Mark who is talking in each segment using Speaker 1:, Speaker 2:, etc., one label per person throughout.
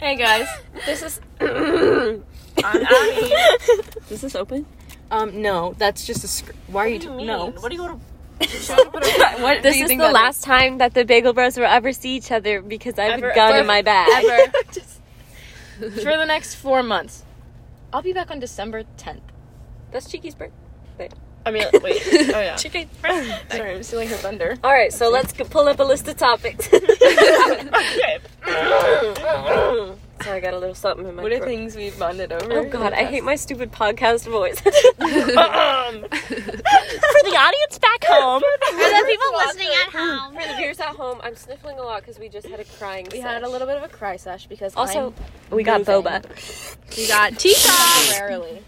Speaker 1: hey guys, this is
Speaker 2: I'm Abby.
Speaker 1: is this open? Um, no, that's just a. Sc- Why are you?
Speaker 2: What do you
Speaker 1: t-
Speaker 2: mean?
Speaker 1: no.
Speaker 2: What do you go
Speaker 1: what
Speaker 3: This is the last time that the Bagel Bros will ever see each other because I have
Speaker 1: Ever-
Speaker 3: a gun
Speaker 1: ever-
Speaker 3: in my bag.
Speaker 1: ever
Speaker 2: to? Just-
Speaker 1: for the next four months? I'll be back on December tenth. That's Cheeky's birthday.
Speaker 2: I mean, wait. Oh yeah.
Speaker 1: Cheeky.
Speaker 2: Sorry, I'm stealing her thunder.
Speaker 3: All right, so let's go pull up a list of topics.
Speaker 2: Okay.
Speaker 3: so I got a little something in my
Speaker 2: What are
Speaker 3: throat.
Speaker 2: things we've bonded over?
Speaker 3: Oh god, I hate my stupid podcast voice. For
Speaker 2: Um,
Speaker 3: the audience back home,
Speaker 4: For the people listening at home.
Speaker 3: for the viewers at home, I'm sniffling a lot because we just had a crying.
Speaker 1: We had a little bit of a cry sesh because
Speaker 3: Also,
Speaker 1: I'm
Speaker 3: we got
Speaker 1: moving.
Speaker 3: boba.
Speaker 2: we got Tisha.
Speaker 1: temporarily.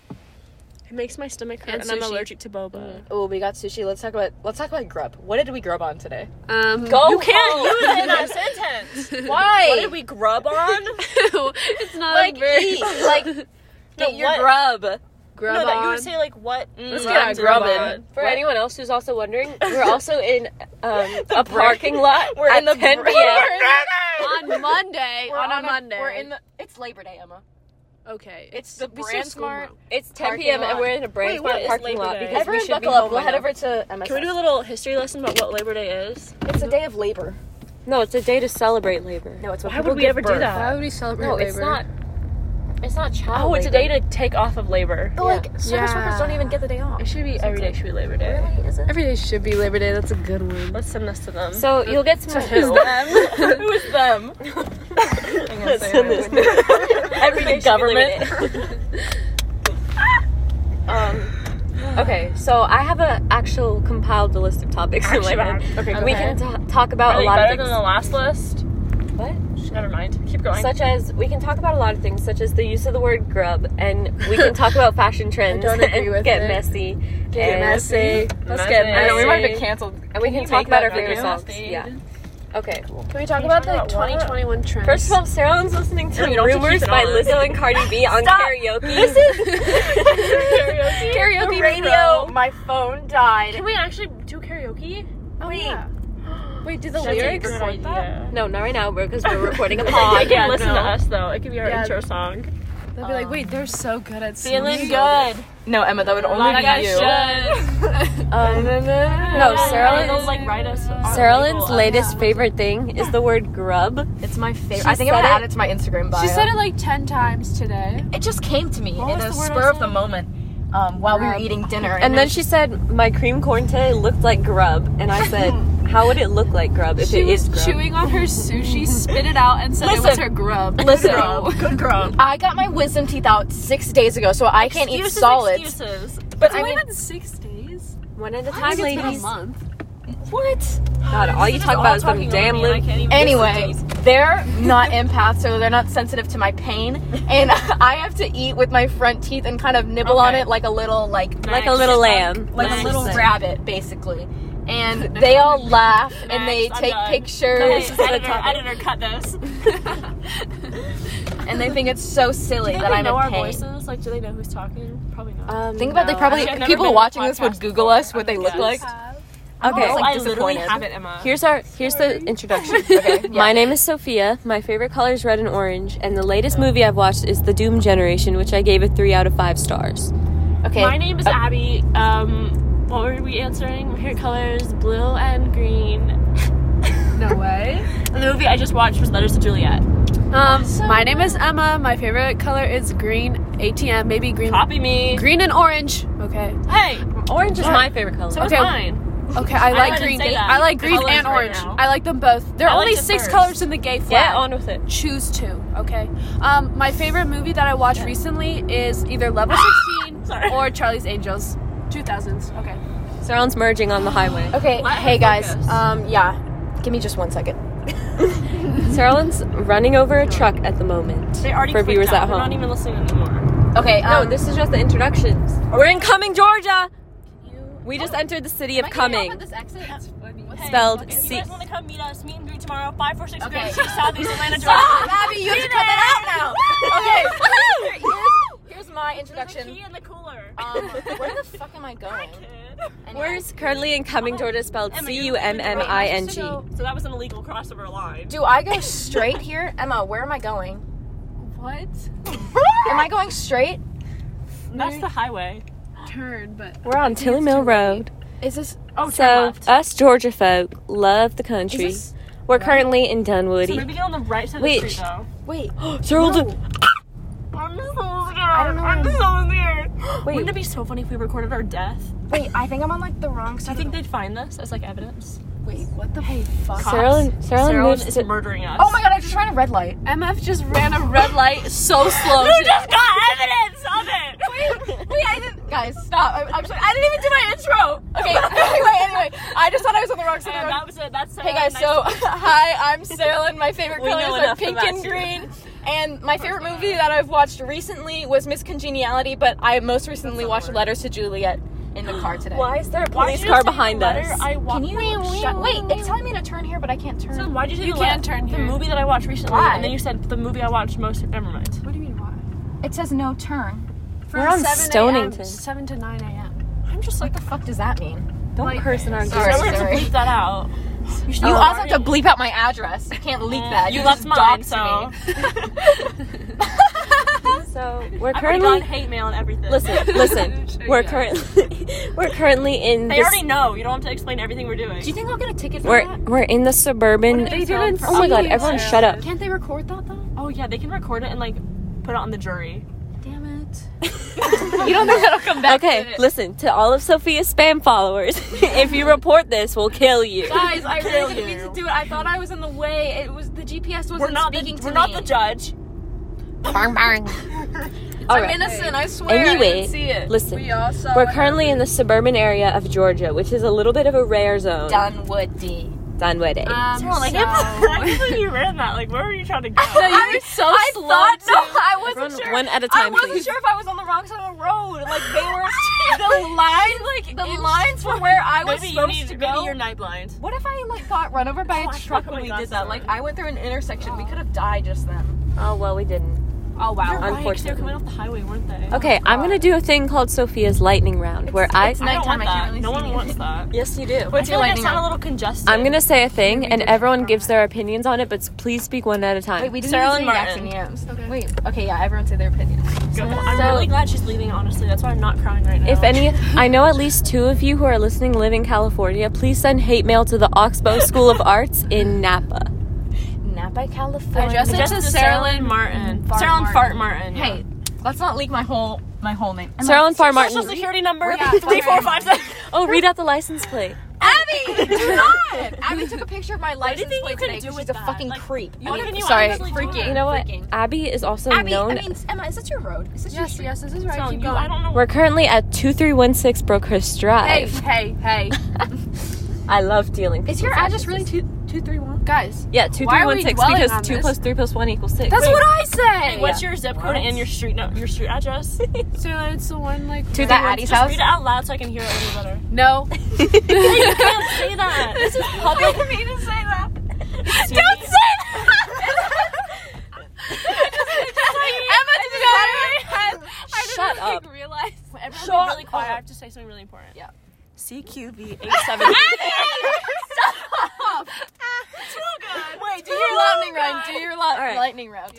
Speaker 2: It makes my stomach hurt,
Speaker 5: And
Speaker 2: and, I'm
Speaker 5: sushi.
Speaker 2: allergic to boba.
Speaker 1: Oh, we got sushi. Let's talk about let's talk about grub. What did we grub on today?
Speaker 5: Um,
Speaker 3: Go Mm-hmm. you can't
Speaker 2: In our sentence.
Speaker 1: Why?
Speaker 2: What did we grub on?
Speaker 5: it's not
Speaker 1: like
Speaker 5: a very
Speaker 1: eat? like
Speaker 2: No,
Speaker 3: get your
Speaker 2: what-
Speaker 3: grub.
Speaker 5: grub
Speaker 2: No, that you
Speaker 5: on.
Speaker 2: would say like what?
Speaker 1: Let's
Speaker 2: grub
Speaker 1: get our
Speaker 2: did
Speaker 1: grub
Speaker 2: we
Speaker 1: in.
Speaker 2: on?
Speaker 3: For
Speaker 1: What?
Speaker 3: anyone else who's also wondering, we're also in um, a parking lot.
Speaker 1: We're
Speaker 3: at
Speaker 1: in the
Speaker 3: 10
Speaker 1: break.
Speaker 3: p.m.
Speaker 5: on Monday.
Speaker 1: We're
Speaker 5: on, a
Speaker 1: a-
Speaker 5: Monday.
Speaker 1: We're in the. It's Labor Day, Emma.
Speaker 5: okay.
Speaker 1: It's the
Speaker 5: be so
Speaker 1: brand
Speaker 5: school
Speaker 1: smart-
Speaker 5: now.
Speaker 3: It's 10
Speaker 1: Parking
Speaker 3: p.m. and
Speaker 1: lot.
Speaker 3: we're in a
Speaker 2: Wait,
Speaker 3: brand
Speaker 2: what
Speaker 3: smart
Speaker 2: is
Speaker 3: parking
Speaker 2: Labor
Speaker 3: lot
Speaker 2: Day?
Speaker 3: because
Speaker 1: Everyone
Speaker 3: we should be
Speaker 1: buckle up.
Speaker 3: home
Speaker 1: We'll
Speaker 3: by
Speaker 1: head
Speaker 3: now.
Speaker 1: over to MSF.
Speaker 2: Can we do a little history lesson about what Labor Day is?
Speaker 1: It's a day of labor.
Speaker 3: No, it's a day to celebrate labor.
Speaker 1: No, it's what
Speaker 2: Why
Speaker 1: people
Speaker 2: would we
Speaker 1: give
Speaker 2: ever do
Speaker 1: birth.
Speaker 2: that?
Speaker 5: Why would we celebrate
Speaker 3: No,
Speaker 5: labor?
Speaker 3: it's not. It's not child.
Speaker 2: Oh, it's a day
Speaker 3: labor.
Speaker 2: to take off of labor.
Speaker 1: But like service
Speaker 5: Yeah.
Speaker 1: workers don't even get the day off.
Speaker 2: It should be every day. Should be Labor Day.
Speaker 1: Really, is it?
Speaker 5: Every day should be Labor Day. That's a good one.
Speaker 2: Let's send this to them.
Speaker 3: So you'll get some.
Speaker 2: them? Who is them? I'm gonna say it.
Speaker 3: Every day government. um. Okay, so I have a actual compiled the list of topics in my head.
Speaker 2: Okay,
Speaker 3: We can t- talk about
Speaker 2: Are
Speaker 3: a
Speaker 2: they
Speaker 3: lot
Speaker 2: better
Speaker 3: of
Speaker 2: than
Speaker 3: things.
Speaker 2: the last list?
Speaker 3: What?
Speaker 2: Never mind. Keep going.
Speaker 3: Such as we can talk about a lot of things, such as the use of the word grub, and we can talk about fashion trends
Speaker 5: don't agree
Speaker 3: and
Speaker 5: with
Speaker 3: get
Speaker 5: it.
Speaker 3: messy.
Speaker 5: Get
Speaker 3: and,
Speaker 5: messy.
Speaker 2: Let's
Speaker 3: get
Speaker 1: I know we might
Speaker 3: messy.
Speaker 1: have been canceled.
Speaker 3: and we
Speaker 2: Can
Speaker 3: can,
Speaker 2: you
Speaker 3: talk
Speaker 2: make
Speaker 3: about
Speaker 2: that
Speaker 3: our
Speaker 2: not
Speaker 3: favorite
Speaker 2: do
Speaker 3: songs.
Speaker 2: messy?
Speaker 3: Yeah. Okay.
Speaker 1: Can we talk
Speaker 2: Can you
Speaker 1: about
Speaker 2: talk
Speaker 1: the
Speaker 2: about what?
Speaker 1: 2021 trends?
Speaker 3: First of all, Sarah was listening to
Speaker 2: No, you don't have to
Speaker 3: Rumors
Speaker 2: keep it
Speaker 3: by
Speaker 2: on.
Speaker 3: Lizzo and Cardi B on
Speaker 1: Stop.
Speaker 3: karaoke. This is
Speaker 2: karaoke.
Speaker 3: karaoke
Speaker 1: The
Speaker 3: radio.
Speaker 1: My phone died.
Speaker 2: Can we actually do karaoke?
Speaker 1: Oh,
Speaker 3: Wait.
Speaker 1: yeah.
Speaker 3: Wait, do the
Speaker 2: That's a
Speaker 3: lyrics?
Speaker 2: good
Speaker 3: like that?
Speaker 2: idea.
Speaker 3: No, not right now because we're recording a
Speaker 2: Oh,
Speaker 3: pod.
Speaker 2: you can listen
Speaker 3: No.
Speaker 2: to us though. It could be our
Speaker 5: Yeah.
Speaker 2: intro song.
Speaker 5: They'll be like, wait, they're so good at
Speaker 2: Feeling
Speaker 5: singing.
Speaker 2: good.
Speaker 1: No, Emma, that would only
Speaker 2: Like I
Speaker 1: be you.
Speaker 2: should.
Speaker 3: Um, no, Sarah Lynn's-
Speaker 2: They'll, like write us. our
Speaker 3: Sarah
Speaker 2: label
Speaker 3: Lynn's
Speaker 2: up.
Speaker 3: latest favorite thing is the word grub. It's my favorite.
Speaker 1: I think I'm gonna add it to my Instagram bio.
Speaker 5: She said it like ten times today.
Speaker 1: it just came to me in
Speaker 5: was
Speaker 1: a
Speaker 5: the word I
Speaker 1: spur of the
Speaker 5: said?
Speaker 1: moment um, while we were eating dinner.
Speaker 3: And then she said, "My cream corn today looked like grub," and I said, "How would it look like grub if
Speaker 5: She
Speaker 3: it is
Speaker 5: was
Speaker 3: grub?"
Speaker 5: chewing on her sushi, spit it out, and said it was
Speaker 1: Listen.
Speaker 5: her grub.
Speaker 3: Listen,
Speaker 2: Good grub.
Speaker 1: I got my wisdom teeth out six days ago, so I can't eat
Speaker 2: Excuses,
Speaker 1: solids.
Speaker 2: Excuses.
Speaker 1: But
Speaker 5: It's
Speaker 1: I
Speaker 5: only
Speaker 1: mean,
Speaker 5: been six days.
Speaker 3: one at a
Speaker 5: I
Speaker 3: time,
Speaker 5: think it's been a
Speaker 3: ladies.
Speaker 5: month.
Speaker 1: what?
Speaker 3: God, all you
Speaker 2: Just
Speaker 3: talk about is
Speaker 2: talking
Speaker 3: them damn
Speaker 2: over me and I
Speaker 3: lip.
Speaker 2: can't even
Speaker 1: Anyway,
Speaker 2: listen
Speaker 1: they're not empaths, so they're not sensitive to my pain, and I have to eat with my front teeth and kind of nibble on
Speaker 2: Okay.
Speaker 1: it like a little like
Speaker 3: like a little lamb.
Speaker 1: like
Speaker 2: Nice.
Speaker 1: a little rabbit, basically. And they all laugh and they
Speaker 2: Next, I'm
Speaker 1: take
Speaker 2: done.
Speaker 1: pictures
Speaker 2: to- Editor, editor, cut this.
Speaker 1: and they think it's so silly
Speaker 2: Do
Speaker 1: that
Speaker 2: they
Speaker 1: I'm
Speaker 2: know
Speaker 1: in
Speaker 2: our
Speaker 1: pain.
Speaker 2: voices? Like, do they know who's talking? Probably not.
Speaker 3: Um,
Speaker 1: Think about
Speaker 3: no.
Speaker 1: they probably
Speaker 2: Actually, I've never been
Speaker 1: people
Speaker 2: on a
Speaker 1: watching this
Speaker 2: podcast
Speaker 1: would Google
Speaker 2: before.
Speaker 1: us what they
Speaker 2: I'm
Speaker 1: look
Speaker 2: gonna
Speaker 1: like.
Speaker 3: okay.
Speaker 1: Oh,
Speaker 2: Oh,
Speaker 1: like
Speaker 2: I literally
Speaker 1: disappointed.
Speaker 2: have it, Emma.
Speaker 3: Here's our here's the introduction.
Speaker 1: Okay, yeah.
Speaker 3: My name is Sophia. My favorite color is red and orange, and the latest movie I've watched is The Doom Generation, which I gave a three out of five stars.
Speaker 1: Okay.
Speaker 2: My name
Speaker 3: Uh,
Speaker 2: is Abby. Um, what were we answering? My hair colors blue and green.
Speaker 5: No way.
Speaker 2: And the movie I just watched was Letters to Juliet.
Speaker 5: Um, my name is Emma. My favorite color is green. ATM, maybe green.
Speaker 2: Copy me.
Speaker 5: Green and orange. Okay.
Speaker 2: Hey,
Speaker 3: Orange is my favorite color.
Speaker 2: so okay.
Speaker 5: Okay.
Speaker 2: mine.
Speaker 5: Okay, I
Speaker 2: I
Speaker 5: like
Speaker 2: didn't
Speaker 5: green.
Speaker 2: say that.
Speaker 5: I like
Speaker 2: The
Speaker 5: green
Speaker 2: colors
Speaker 5: and
Speaker 2: right
Speaker 5: orange.
Speaker 2: now.
Speaker 5: I like them both. There
Speaker 2: I
Speaker 5: are
Speaker 2: like
Speaker 5: only
Speaker 2: the
Speaker 5: six
Speaker 2: first.
Speaker 5: colors in the gay flag.
Speaker 3: Get on with it.
Speaker 5: Choose two. Okay. Um, my favorite movie that I watched recently is either Level 16
Speaker 2: Sorry.
Speaker 5: or Charlie's Angels. 2000s. Okay.
Speaker 3: Sounds merging on the highway.
Speaker 1: Okay,
Speaker 2: Let her
Speaker 1: hey guys.
Speaker 2: focus.
Speaker 1: Um yeah. Give me just one second.
Speaker 3: Sarah's running over a truck at the moment.
Speaker 2: They already
Speaker 3: for
Speaker 2: clicked
Speaker 3: viewers
Speaker 2: out.
Speaker 3: at
Speaker 2: They're not
Speaker 3: home.
Speaker 2: even listening anymore.
Speaker 1: Okay,
Speaker 3: No,
Speaker 1: um
Speaker 3: this is just the introductions. We're in Cumming, Georgia. We
Speaker 2: Oh.
Speaker 3: just entered the city of Cumming, spelled
Speaker 2: If
Speaker 3: C.
Speaker 2: you guys want to come meet us, meet and greet tomorrow, 546
Speaker 1: Okay.
Speaker 2: okay. Southeast Atlanta,
Speaker 1: Stop,
Speaker 2: Georgia.
Speaker 1: Abby, you have to cut that out now. Okay. Here's, here's my
Speaker 2: There's a
Speaker 1: introduction.
Speaker 2: key in the cooler.
Speaker 1: Um, where Um, the fuck am I going?
Speaker 2: Okay.
Speaker 1: Anyway.
Speaker 3: Where's currently in Cumming, Georgia spelled C U M M I N G?
Speaker 2: So that was an illegal crossover line.
Speaker 1: Do I go straight here? Emma, where am I going?
Speaker 5: What?
Speaker 1: Am I going straight?
Speaker 2: That's the highway.
Speaker 5: Turn, but
Speaker 3: We're on Tilly Mill Road.
Speaker 1: Is this
Speaker 2: Oh, turn
Speaker 3: So
Speaker 2: left.
Speaker 3: us Georgia folk love the country.
Speaker 1: Is
Speaker 3: We're currently in
Speaker 2: So maybe
Speaker 3: Dunwoody.
Speaker 2: get on the right side
Speaker 3: Wait.
Speaker 2: of the street though.
Speaker 1: wait?
Speaker 3: Gerald,
Speaker 2: I'm just so scared.
Speaker 1: don't know.
Speaker 2: I'm just so scared.
Speaker 3: Wait.
Speaker 2: Wouldn't it be so funny if we recorded our death?
Speaker 1: Wait, I think I'm on like the wrong
Speaker 2: Do
Speaker 1: side.
Speaker 2: you think they'd find this as like evidence?
Speaker 1: wait, what the wait? Fuck.
Speaker 3: Sarah, Sarah,
Speaker 2: Sarah
Speaker 3: moves
Speaker 2: is
Speaker 3: to-
Speaker 2: murdering us.
Speaker 1: Oh my god, I just ran a red light.
Speaker 5: MF just ran a red light so slow.
Speaker 2: You just got evidence of it.
Speaker 1: Wait, wait, I didn't. Guys, stop. I'm, I'm sorry. I didn't even do my intro. Okay, anyway, anyway. I just thought I was on the wrong side. of
Speaker 2: Yeah,
Speaker 1: the road.
Speaker 2: that was it. That's Sarah.
Speaker 1: Hey guys,
Speaker 2: Nice
Speaker 1: so hi, I'm Sarah, and my favorite
Speaker 2: We
Speaker 1: colors
Speaker 2: know
Speaker 1: are
Speaker 2: enough
Speaker 1: pink
Speaker 2: about
Speaker 1: and
Speaker 2: you.
Speaker 1: green. And my favorite movie that I've watched recently was Miss Congeniality, but I most recently watched Letters to Juliet in the car today.
Speaker 3: Why is there a
Speaker 2: Why'd
Speaker 3: police
Speaker 2: you
Speaker 3: car
Speaker 2: say the
Speaker 3: behind
Speaker 2: letter
Speaker 3: us?
Speaker 2: I walk-
Speaker 1: Can you wait, shut, wait? It's telling me to turn here, but I can't turn.
Speaker 2: So why'd you do
Speaker 5: You
Speaker 2: the
Speaker 5: can't
Speaker 2: left?
Speaker 5: turn
Speaker 2: the
Speaker 5: here.
Speaker 2: movie that I watched recently,
Speaker 1: Why?
Speaker 2: and then you said the movie I watched most. Never mind.
Speaker 5: What do you mean why?
Speaker 1: it says no turn.
Speaker 5: From
Speaker 3: We're on
Speaker 5: 7
Speaker 3: Stonington.
Speaker 5: AM, Seven to nine a.m.
Speaker 2: I'm just like,
Speaker 1: What the fuck does that mean?
Speaker 3: Don't
Speaker 5: like-
Speaker 3: curse in our
Speaker 1: Sorry,
Speaker 2: I'm gonna
Speaker 1: sorry.
Speaker 2: have to bleep that out.
Speaker 1: You Oh, also have to bleep out my address. You can't leak that.
Speaker 2: You,
Speaker 1: You,
Speaker 2: left
Speaker 1: just
Speaker 2: mine,
Speaker 1: doxed
Speaker 2: so
Speaker 1: me.
Speaker 3: So we're
Speaker 2: I've already gotten
Speaker 3: currently
Speaker 2: hate mail and everything.
Speaker 3: listen, listen. We're
Speaker 5: Yeah.
Speaker 3: currently we're currently in
Speaker 2: they
Speaker 3: this,
Speaker 2: already know. You don't have to explain everything we're doing.
Speaker 1: Do you think I'll get a ticket for
Speaker 3: we're
Speaker 1: that?
Speaker 3: we're in the suburban.
Speaker 2: What are they doing for
Speaker 3: Oh my god!
Speaker 5: us?
Speaker 3: Everyone, shut up.
Speaker 1: Can't they record that though?
Speaker 2: oh yeah, they can record it and like put it on the jury.
Speaker 1: Damn it. you don't know that'll come back.
Speaker 3: Okay,
Speaker 1: to it.
Speaker 3: listen to all of Sophia's spam followers. if you report this, we'll kill you.
Speaker 5: Guys, I
Speaker 2: Kill
Speaker 5: really didn't mean
Speaker 2: you.
Speaker 5: to do it. I thought I was in the way. It was the GPS wasn't
Speaker 2: We're not the,
Speaker 5: speaking to
Speaker 2: we're
Speaker 5: me.
Speaker 2: not the judge.
Speaker 3: All
Speaker 5: I'm
Speaker 3: right.
Speaker 5: innocent. I swear. I didn't
Speaker 3: Anyway,
Speaker 5: see it.
Speaker 3: listen.
Speaker 5: We all saw
Speaker 3: We're
Speaker 5: it.
Speaker 3: currently in the suburban area of Georgia, which is a little bit of a rare zone.
Speaker 1: Dunwoody.
Speaker 3: Dunwoody.
Speaker 1: Uh,
Speaker 5: Um,
Speaker 2: Sarah, like,
Speaker 5: so-
Speaker 2: I can't believe you ran that. Like, where were you trying to go?
Speaker 5: No, you were so
Speaker 1: I
Speaker 5: slow.
Speaker 1: thought
Speaker 5: too.
Speaker 1: no, I wasn't
Speaker 3: Everyone,
Speaker 1: sure.
Speaker 3: one at a
Speaker 1: I
Speaker 3: time,
Speaker 1: wasn't
Speaker 3: please.
Speaker 1: sure if I was on the wrong side of the road. Like they were the line, like the lines for where I was
Speaker 2: maybe you
Speaker 1: supposed
Speaker 2: need
Speaker 1: to
Speaker 2: to
Speaker 1: go.
Speaker 2: maybe you're night blind.
Speaker 1: What if I like got run over by
Speaker 2: Oh,
Speaker 1: a
Speaker 2: I
Speaker 1: truck
Speaker 2: forgot
Speaker 1: when
Speaker 2: we
Speaker 1: we
Speaker 2: got
Speaker 1: did that?
Speaker 2: started.
Speaker 1: Like I went through an intersection. We could have died just then.
Speaker 3: oh well, we didn't.
Speaker 5: Oh wow.
Speaker 2: Right, 'cause they were
Speaker 3: Unfortunately.
Speaker 2: coming off the highway, weren't they?
Speaker 3: Okay, I'm gonna do a thing called Sophia's lightning round, where I.
Speaker 1: it's
Speaker 2: I don't
Speaker 1: Nighttime,
Speaker 2: want
Speaker 1: I
Speaker 2: that.
Speaker 1: can't really
Speaker 2: no
Speaker 1: see
Speaker 2: one
Speaker 1: anything.
Speaker 2: wants that.
Speaker 3: yes, you do.
Speaker 2: But I feel like I
Speaker 1: lightning
Speaker 2: sound a
Speaker 1: round?
Speaker 2: little congested.
Speaker 3: I'm gonna say a thing, and everyone gives their opinions on it, but please speak one at a time.
Speaker 1: Wait, we didn't
Speaker 2: Sarah
Speaker 1: even say
Speaker 2: and Martin.
Speaker 1: Jackson Yams. Okay. Wait. Okay. Yeah. Everyone say their opinion.
Speaker 2: go. I'm
Speaker 3: So-
Speaker 2: really glad she's leaving. Honestly, that's why I'm not crying right now.
Speaker 3: If any, I know at least two of you who are listening live in California. Please send hate mail to the Oxbow School of Arts in Napa.
Speaker 1: Napa, California.
Speaker 5: Address
Speaker 2: Just
Speaker 5: This is
Speaker 2: to Sarah Lynn Martin.
Speaker 5: Fart
Speaker 2: Sarah Lynn
Speaker 5: Martin.
Speaker 2: Fart Martin. yeah.
Speaker 1: Hey, let's not leak my whole my whole name. Am
Speaker 3: Sarah and Far
Speaker 2: Social
Speaker 3: Martin.
Speaker 2: security number
Speaker 5: Yeah.
Speaker 2: three four five seven.
Speaker 3: Oh, read out the license plate.
Speaker 1: Abby, do not. Abby took a picture of my license
Speaker 2: think you
Speaker 1: plate
Speaker 2: could
Speaker 1: today
Speaker 2: do
Speaker 1: 'cause
Speaker 2: with
Speaker 1: she's a
Speaker 2: that?
Speaker 1: fucking
Speaker 2: Like,
Speaker 1: creep.
Speaker 2: you
Speaker 1: I mean,
Speaker 2: can- you
Speaker 1: sorry,
Speaker 2: honestly do
Speaker 1: freaking.
Speaker 2: it.
Speaker 3: You know what?
Speaker 1: Freaking.
Speaker 3: Abby is also
Speaker 1: Abby,
Speaker 3: known.
Speaker 1: I mean, Emma, is that your road? Is that your
Speaker 5: Yes,
Speaker 1: street?
Speaker 5: yes, this is right.
Speaker 2: No,
Speaker 5: Keep
Speaker 2: you, I
Speaker 5: going.
Speaker 2: don't know.
Speaker 3: we're currently at 2316 Brookhurst
Speaker 5: Hey,
Speaker 3: Drive.
Speaker 5: hey, hey,
Speaker 3: I love dealing.
Speaker 1: Is your address really two two three one?
Speaker 5: guys.
Speaker 3: Yeah,
Speaker 5: Why are we
Speaker 3: 2316
Speaker 5: dwelling
Speaker 3: because
Speaker 5: on
Speaker 3: 2
Speaker 5: this?
Speaker 3: plus 3 plus 1 equals 6.
Speaker 5: That's
Speaker 3: Wait,
Speaker 5: what I say.
Speaker 2: What's your zip code and your street no, your street address?
Speaker 5: So it's the one like
Speaker 1: To that Addie's house?
Speaker 2: Read it out loud so I can hear it a little better.
Speaker 5: No.
Speaker 2: you can't say that. This is
Speaker 1: I
Speaker 2: public.
Speaker 1: didn't mean to say that.
Speaker 2: Don't
Speaker 1: say that. Emma, did you
Speaker 3: Shut up.
Speaker 2: Everyone be really quiet. I have to say something really important.
Speaker 1: Yeah.
Speaker 2: CQV eight seven.
Speaker 1: Wait, do your lightning round. Do your li-
Speaker 3: right.
Speaker 1: lightning round.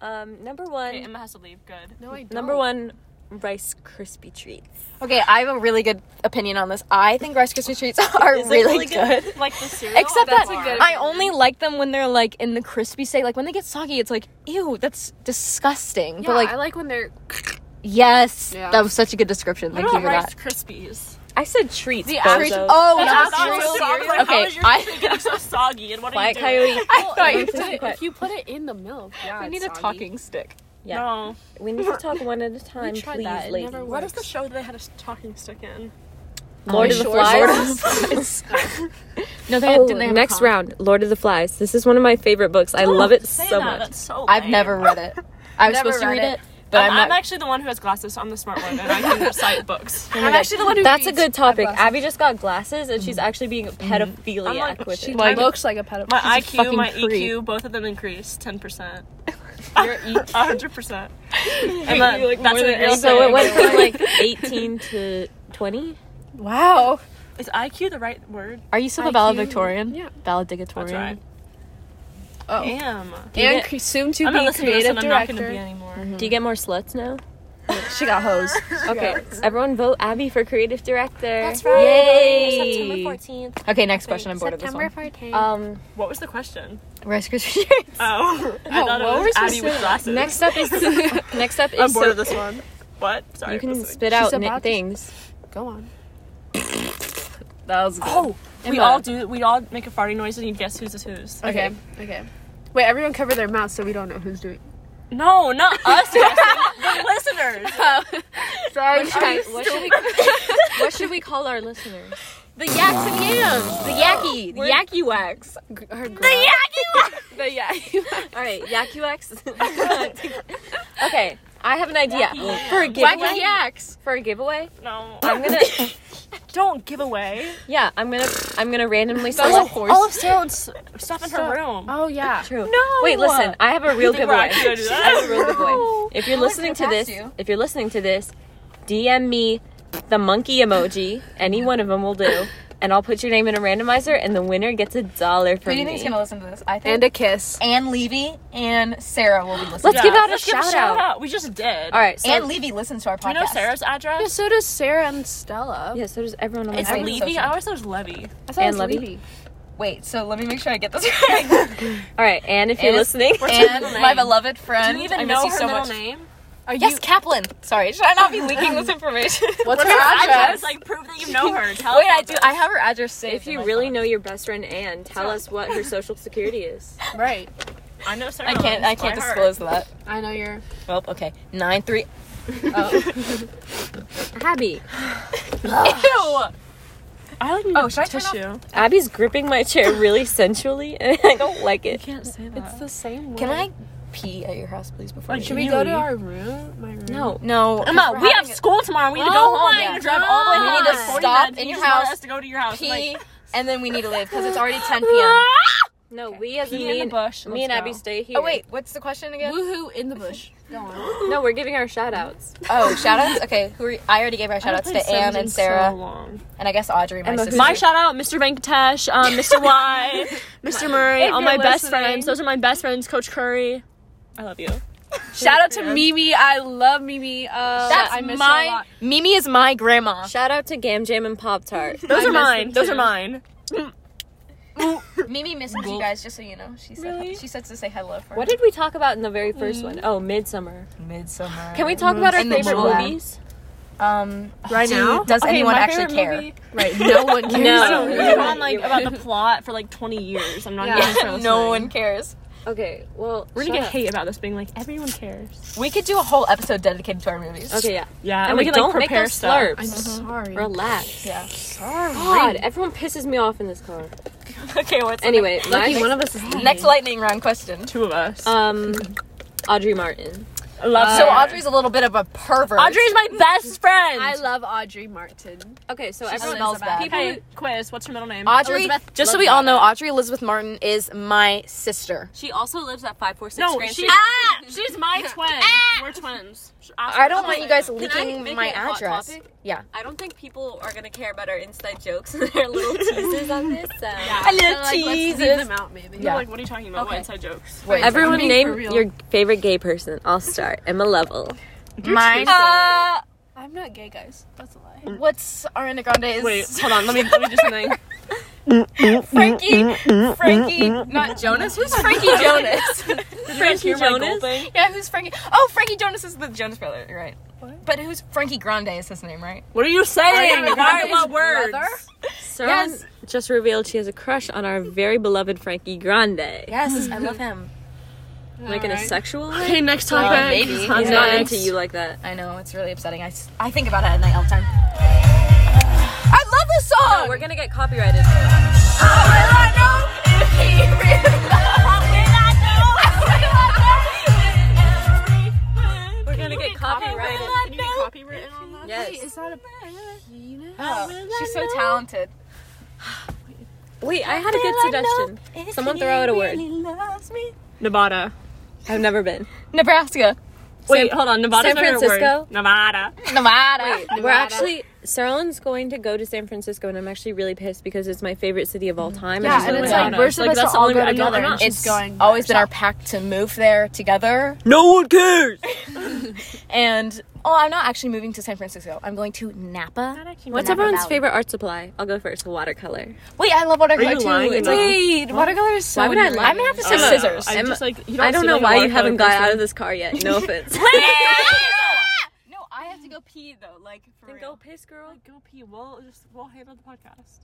Speaker 3: Um, number one,
Speaker 2: Emma has to leave. Good.
Speaker 5: No, I don't.
Speaker 3: number one, Rice Krispie treats.
Speaker 1: Okay, I have a really good opinion on this. I think Rice Krispie treats are
Speaker 2: Is it
Speaker 1: really, good.
Speaker 2: Like the cereal.
Speaker 1: Except
Speaker 5: that's
Speaker 1: that
Speaker 5: a good
Speaker 1: I only like them when they're like in the crispy state. Like when they get soggy, it's like, ew, that's disgusting.
Speaker 5: Yeah,
Speaker 1: but like,
Speaker 5: I like when they're.
Speaker 1: yes,
Speaker 5: Yeah.
Speaker 1: that was such a good description.
Speaker 2: What
Speaker 1: Thank you
Speaker 2: about
Speaker 1: for
Speaker 2: Rice
Speaker 1: that.
Speaker 2: Krispies?
Speaker 3: I said treats.
Speaker 5: The
Speaker 3: bozos.
Speaker 5: average-
Speaker 1: Oh,
Speaker 2: That's
Speaker 1: that's
Speaker 2: what I thought was
Speaker 1: true.
Speaker 2: so serious. Like, how
Speaker 1: Okay,
Speaker 2: is your
Speaker 1: I
Speaker 2: treat getting so soggy? And what are
Speaker 3: Quiet
Speaker 2: you doing?
Speaker 3: coyote.
Speaker 1: I thought you
Speaker 5: If
Speaker 1: said
Speaker 5: you- if you put it in the milk, yeah,
Speaker 1: I
Speaker 5: it's
Speaker 1: need a
Speaker 5: soggy.
Speaker 1: talking stick.
Speaker 3: Yeah.
Speaker 2: No.
Speaker 3: We need to talk one at a time,
Speaker 5: We tried
Speaker 3: please,
Speaker 5: that. It
Speaker 3: ladies.
Speaker 5: never
Speaker 2: What
Speaker 5: worked.
Speaker 2: is the show that they had a talking stick in?
Speaker 3: Lord of the Flies.
Speaker 1: No, they
Speaker 3: Oh,
Speaker 1: didn't. They have a
Speaker 3: next
Speaker 1: con-
Speaker 3: round, Lord of the Flies. This is one of my favorite books.
Speaker 5: Oh,
Speaker 3: I love it
Speaker 2: Say
Speaker 3: so
Speaker 2: that.
Speaker 3: much.
Speaker 2: That's so.
Speaker 1: I've
Speaker 2: lame.
Speaker 1: never read it. I was
Speaker 5: Never
Speaker 1: supposed to
Speaker 5: read
Speaker 1: read
Speaker 5: it.
Speaker 1: it, but
Speaker 2: I'm,
Speaker 1: I'm, not.
Speaker 2: actually the one who has glasses, so I'm the smart one, and I can recite books.
Speaker 5: I'm actually the one who.
Speaker 3: That's a
Speaker 5: reads.
Speaker 3: good topic.
Speaker 5: I have
Speaker 3: Abby just got glasses, and she's actually being pedophiliac with
Speaker 5: She
Speaker 3: it.
Speaker 1: Like-
Speaker 5: looks Mm-hmm. like a pedophile.
Speaker 2: My
Speaker 1: She's a
Speaker 2: IQ,
Speaker 1: fucking
Speaker 2: my
Speaker 5: E
Speaker 1: creep.
Speaker 2: EQ, both of them increased 10%.
Speaker 1: Your
Speaker 2: E,
Speaker 1: EQ.
Speaker 2: 100%. Emma,
Speaker 1: You, like,
Speaker 2: that's
Speaker 1: more
Speaker 2: a
Speaker 1: than
Speaker 2: real
Speaker 3: so it
Speaker 2: thing.
Speaker 5: Mm-hmm.
Speaker 3: went from like 18 to 20.
Speaker 5: Oh,
Speaker 1: Wow.
Speaker 2: Is IQ the right word?
Speaker 1: Are you still a valedictorian? Yeah. Valedictatorian.
Speaker 2: That's right.
Speaker 1: Oh.
Speaker 2: Damn.
Speaker 5: and cre- soon to
Speaker 2: I'm
Speaker 5: be
Speaker 2: not listening to this
Speaker 5: creative
Speaker 2: and I'm not going to be
Speaker 5: director.
Speaker 2: anymore.
Speaker 3: Do you get more sluts now?
Speaker 5: She got hosed.
Speaker 3: Okay, everyone vote Abby for creative director.
Speaker 6: That's right.
Speaker 3: Yay!
Speaker 6: September 14th.
Speaker 1: Okay, next question. I'm bored of this
Speaker 6: September
Speaker 1: one.
Speaker 6: 14th.
Speaker 5: Uh,
Speaker 3: Um,
Speaker 2: What was the question?
Speaker 1: Rice Krispie treats.
Speaker 2: Oh, I
Speaker 5: Oh,
Speaker 2: thought it
Speaker 5: what
Speaker 2: was
Speaker 5: was your
Speaker 2: Abby with
Speaker 5: sin?
Speaker 2: glasses.
Speaker 3: next up is next up is
Speaker 2: I'm bored
Speaker 3: so-
Speaker 2: of this one. What?
Speaker 3: you
Speaker 2: Sorry. I'm
Speaker 3: can
Speaker 2: listening.
Speaker 3: spit out
Speaker 5: She's
Speaker 3: ni-
Speaker 5: about to-
Speaker 3: things.
Speaker 5: Go on.
Speaker 3: That was good.
Speaker 2: Oh, we
Speaker 3: Emma.
Speaker 2: all do. We all make a farting noise, and you guess whose is whose.
Speaker 5: Okay. Okay. Wait, everyone cover their mouths so we don't know who's doing.
Speaker 2: No, not us. Justin, the listeners.
Speaker 5: Sorry.
Speaker 3: What should, we, what should we call our listeners? The yaks and yams. The yaki. The yaki wax.
Speaker 5: Her
Speaker 3: The yaki wax. All right, yaki wax. okay, I have an idea for a giveaway.
Speaker 5: Wacky yaks.
Speaker 3: For a giveaway,
Speaker 2: No,
Speaker 3: I'm gonna
Speaker 2: don't give away.
Speaker 3: yeah, I'm gonna I'm gonna randomly
Speaker 5: Those are
Speaker 3: select.
Speaker 5: forced.
Speaker 2: All of Sarah's stuff in her room.
Speaker 5: Oh yeah.
Speaker 3: True.
Speaker 2: No.
Speaker 3: Wait, listen. I have a real
Speaker 2: You think we're
Speaker 3: giveaway.
Speaker 2: actually gonna do
Speaker 3: I
Speaker 2: that?
Speaker 3: have a real giveaway. If you're listening to
Speaker 5: gonna
Speaker 3: this,
Speaker 5: pass you.
Speaker 3: if you're listening to this, DM me the monkey emoji. Any one of them will do, and I'll put your name in a randomizer, and the winner gets a dollar from
Speaker 1: Who do you
Speaker 3: me.
Speaker 1: think's gonna listen to this? I think.
Speaker 5: And a kiss.
Speaker 1: Ann Levy and Sarah will be listening.
Speaker 3: Let's
Speaker 2: Yeah,
Speaker 3: give out
Speaker 2: let's
Speaker 3: a shout out.
Speaker 2: We just did.
Speaker 3: All right. So,
Speaker 1: Ann Levy listens to our podcast.
Speaker 2: Do you know Sarah's address?
Speaker 5: Yeah, so does Sarah and Stella.
Speaker 3: yeah. So does everyone on my
Speaker 2: It's
Speaker 3: team.
Speaker 2: Levy. I always thought it was Levy.
Speaker 5: I thought it
Speaker 3: And
Speaker 5: was
Speaker 3: Levy.
Speaker 5: Levy.
Speaker 1: Wait, so let me make sure I get this right.
Speaker 3: All right, and if you're
Speaker 1: And-
Speaker 3: listening,
Speaker 1: and
Speaker 2: name?
Speaker 1: my beloved friend.
Speaker 2: Do you
Speaker 1: I
Speaker 2: even
Speaker 1: miss
Speaker 2: know
Speaker 1: you
Speaker 2: her
Speaker 1: so
Speaker 2: middle
Speaker 1: much.
Speaker 2: name?
Speaker 5: Are
Speaker 1: Yes, Kaplan. Sorry, should I not be leaking this information?
Speaker 5: What's
Speaker 2: What's
Speaker 5: her
Speaker 2: her
Speaker 5: address?
Speaker 2: address? Like, prove that you know her. Tell
Speaker 1: Wait,
Speaker 2: us
Speaker 1: I
Speaker 2: about
Speaker 1: do.
Speaker 2: this.
Speaker 1: I have her address saved.
Speaker 3: if
Speaker 1: in
Speaker 3: you
Speaker 1: my
Speaker 3: really
Speaker 1: phone.
Speaker 3: know your best friend Anne, tell us what her social security is.
Speaker 5: Right.
Speaker 2: I know Sarah.
Speaker 1: I can't. I can't
Speaker 2: by heart.
Speaker 1: disclose that.
Speaker 5: I know you're.
Speaker 1: Well, okay. Nine three.
Speaker 3: Abby,
Speaker 2: I like need
Speaker 1: Oh, should I turn
Speaker 2: tissue.
Speaker 3: Abby's gripping my chair really sensually, and I don't like it.
Speaker 2: can't say that.
Speaker 5: the same
Speaker 1: Can I pee at your house, please, before?
Speaker 2: Like,
Speaker 1: you
Speaker 2: should
Speaker 5: Should
Speaker 1: leave?
Speaker 5: we
Speaker 2: you
Speaker 5: go to
Speaker 2: leave?
Speaker 5: our room? My room.
Speaker 3: No,
Speaker 1: No,
Speaker 2: Emma, we have school tomorrow. We need to go
Speaker 1: Oh
Speaker 2: home.
Speaker 1: my
Speaker 2: We need to drive all the way
Speaker 1: God.
Speaker 2: home.
Speaker 1: We need to
Speaker 2: It's 40
Speaker 1: stop
Speaker 2: minutes.
Speaker 1: in
Speaker 2: You
Speaker 1: your
Speaker 2: just want
Speaker 1: house,
Speaker 2: us to go to your house. I'm
Speaker 1: pee,
Speaker 2: like,
Speaker 1: and then we need to leave because it's already 10 p.m.
Speaker 3: no. We as in
Speaker 2: pee
Speaker 3: me
Speaker 2: in
Speaker 3: and
Speaker 2: the bush.
Speaker 3: me and Abby stay here.
Speaker 1: Oh wait, what's the question again?
Speaker 5: Woohoo in the bush. Go on.
Speaker 3: no, we're giving our shout outs.
Speaker 1: Oh, shout outs? Okay, who are you? I already gave our shout outs to Anne and Sarah, and I guess Audrey, my sister.
Speaker 2: My shout out, Mr. Venkatesh, um, Mr. Y, Mr. Murray,
Speaker 3: If
Speaker 2: all
Speaker 3: you're
Speaker 2: my best
Speaker 3: listening.
Speaker 2: friends. Those are my best friends, Coach Curry. I love you.
Speaker 5: Shout out to Mimi. I love Mimi. Uh,
Speaker 1: That's
Speaker 5: I miss her a
Speaker 1: my
Speaker 5: lot.
Speaker 1: Mimi is my grandma.
Speaker 3: Shout out to Gam Jam and Pop Tart.
Speaker 2: Those
Speaker 5: I
Speaker 2: are
Speaker 5: miss
Speaker 2: mine.
Speaker 5: them
Speaker 2: Those
Speaker 5: too.
Speaker 2: are mine.
Speaker 1: Mimi misses you guys, just so you know. She said she said to say hello for
Speaker 3: What did we talk about in the very first one? Oh, Midsummer.
Speaker 1: Midsummer.
Speaker 3: Can we talk about our
Speaker 1: In the
Speaker 3: favorite
Speaker 1: lab.
Speaker 3: movies?
Speaker 1: Um,
Speaker 5: Right
Speaker 1: do-
Speaker 5: now?
Speaker 1: Does
Speaker 2: Okay,
Speaker 1: anyone
Speaker 2: my
Speaker 1: actually
Speaker 2: favorite
Speaker 1: care?
Speaker 2: movie-
Speaker 5: Right. No one cares.
Speaker 3: No.
Speaker 2: We've been on like about the plot for like 20 years. I'm not
Speaker 5: Yeah.
Speaker 2: even sure.
Speaker 1: no one cares.
Speaker 3: Okay, well,
Speaker 2: We're
Speaker 3: shut
Speaker 2: gonna get
Speaker 3: up.
Speaker 2: hate about this being like everyone cares.
Speaker 1: We could do a whole episode dedicated to our movies.
Speaker 3: Okay, yeah.
Speaker 2: Yeah,
Speaker 3: And we can like prepare slurps.
Speaker 5: I'm sorry.
Speaker 3: Relax.
Speaker 1: Yeah.
Speaker 3: God, everyone pisses me off in this car.
Speaker 1: okay, what's the
Speaker 3: Anyway, my,
Speaker 5: one of us is
Speaker 1: next lightning round question?
Speaker 2: Two of us.
Speaker 3: um, Audrey Martin.
Speaker 2: I Uh, love
Speaker 1: so Audrey's a little bit of a pervert.
Speaker 2: Audrey's my best friend.
Speaker 5: I love Audrey Martin.
Speaker 3: Okay, so
Speaker 1: She
Speaker 3: everyone
Speaker 1: smells bad.
Speaker 3: People,
Speaker 2: Hey, quiz. What's her middle name?
Speaker 1: Audrey,
Speaker 5: Elizabeth
Speaker 1: just so we all know, Audrey Elizabeth Martin is my sister.
Speaker 3: She also lives at five four six.
Speaker 2: no,
Speaker 3: Grand
Speaker 2: she,
Speaker 3: Street. Ah!
Speaker 1: Ah,
Speaker 2: she's my twin. We're twins.
Speaker 1: I don't want you guys
Speaker 3: I
Speaker 1: leaking
Speaker 3: make
Speaker 1: my
Speaker 3: it a hot
Speaker 1: address.
Speaker 3: topic?
Speaker 1: Yeah.
Speaker 3: I don't think people are gonna care about our inside jokes and our little teasers on this. So.
Speaker 1: I love
Speaker 5: Let's leave them out, maybe.
Speaker 1: Yeah.
Speaker 2: Like, what are you talking about? What
Speaker 1: Okay.
Speaker 2: inside jokes?
Speaker 3: Everyone,
Speaker 5: Being for
Speaker 3: name
Speaker 5: real.
Speaker 3: your favorite gay person. I'll start. Emma Lovell.
Speaker 1: Mine. Uh,
Speaker 5: I'm not gay, guys. That's a lie.
Speaker 1: what's Ariana Grande's?
Speaker 2: Wait, hold on. Let me let me do something.
Speaker 1: Frankie. Frankie. Not Jonas. Who's Frankie Jonas?
Speaker 2: Frankie
Speaker 3: Jonas?
Speaker 2: thing?
Speaker 1: yeah, who's Frankie? Oh, Frankie Jonas is the Jonas brother, you're right? But who's Frankie Grande is his name, right?
Speaker 2: What are you saying?
Speaker 1: Ariana
Speaker 2: Why
Speaker 1: Grande's
Speaker 2: my words?
Speaker 1: brother?
Speaker 3: Someone
Speaker 1: Yes.
Speaker 3: just revealed she has a crush on our very beloved Frankie Grande.
Speaker 1: Yes, I love him. Um,
Speaker 3: Like in a sexual way.
Speaker 2: Okay, next topic.
Speaker 1: maybe.
Speaker 3: I'm
Speaker 1: Yeah.
Speaker 3: not into you like that.
Speaker 1: I know it's really upsetting. I, s- I think about it at night all the time. I love this song.
Speaker 3: Oh, we're gonna get copyrighted.
Speaker 1: How will I know if he really loves me? How will I know?
Speaker 3: We're gonna get copyrighted.
Speaker 2: Can you get copyrighted on that?
Speaker 3: Yes.
Speaker 5: that a penis?
Speaker 1: Oh, she's so talented.
Speaker 3: Wait, I had a good suggestion. Someone throw out a word.
Speaker 2: Nevada.
Speaker 3: I've never been.
Speaker 1: Nebraska.
Speaker 2: Wait, hold on. Nevada's
Speaker 3: San
Speaker 2: not even a word.
Speaker 3: Francisco?
Speaker 2: Nevada.
Speaker 1: Nevada.
Speaker 3: We're actually Sarlin's going to go to San Francisco, and I'm actually really pissed because it's my favorite city of all time.
Speaker 5: Mm. Yeah,
Speaker 3: just
Speaker 5: and
Speaker 3: don't
Speaker 5: it's
Speaker 3: wanna
Speaker 5: like
Speaker 3: go.
Speaker 5: we're supposed
Speaker 2: that's
Speaker 5: to
Speaker 2: the
Speaker 5: all
Speaker 2: only-
Speaker 5: go
Speaker 2: I'm not-
Speaker 5: together.
Speaker 2: I'm
Speaker 5: and
Speaker 2: not-
Speaker 5: she's
Speaker 1: it's
Speaker 5: going.
Speaker 1: always been our pact to move there together.
Speaker 3: no one cares.
Speaker 1: And oh, I'm not actually moving to San Francisco. I'm going to Napa.
Speaker 3: What's everyone's favorite art supply? I'll go first. Watercolor.
Speaker 1: Wait, I love watercolor
Speaker 3: you
Speaker 1: too.
Speaker 3: lying?
Speaker 1: It's
Speaker 3: No.
Speaker 1: wait, watercolor is so.
Speaker 3: Why would I
Speaker 1: underrated.
Speaker 3: lie?
Speaker 1: I'm gonna have to
Speaker 3: I
Speaker 1: say
Speaker 3: don't know.
Speaker 1: scissors.
Speaker 3: I'm-
Speaker 2: Uh, I'm just like you don't
Speaker 3: I don't
Speaker 2: seem
Speaker 3: know
Speaker 2: like a
Speaker 3: why you
Speaker 2: watercolor
Speaker 3: haven't got
Speaker 2: person.
Speaker 3: out of this car yet. No offense.
Speaker 1: No, I have to go pee though. Like for
Speaker 3: Then go "Oh, piss, girl.
Speaker 2: Go pee. We'll just we'll handle the podcast.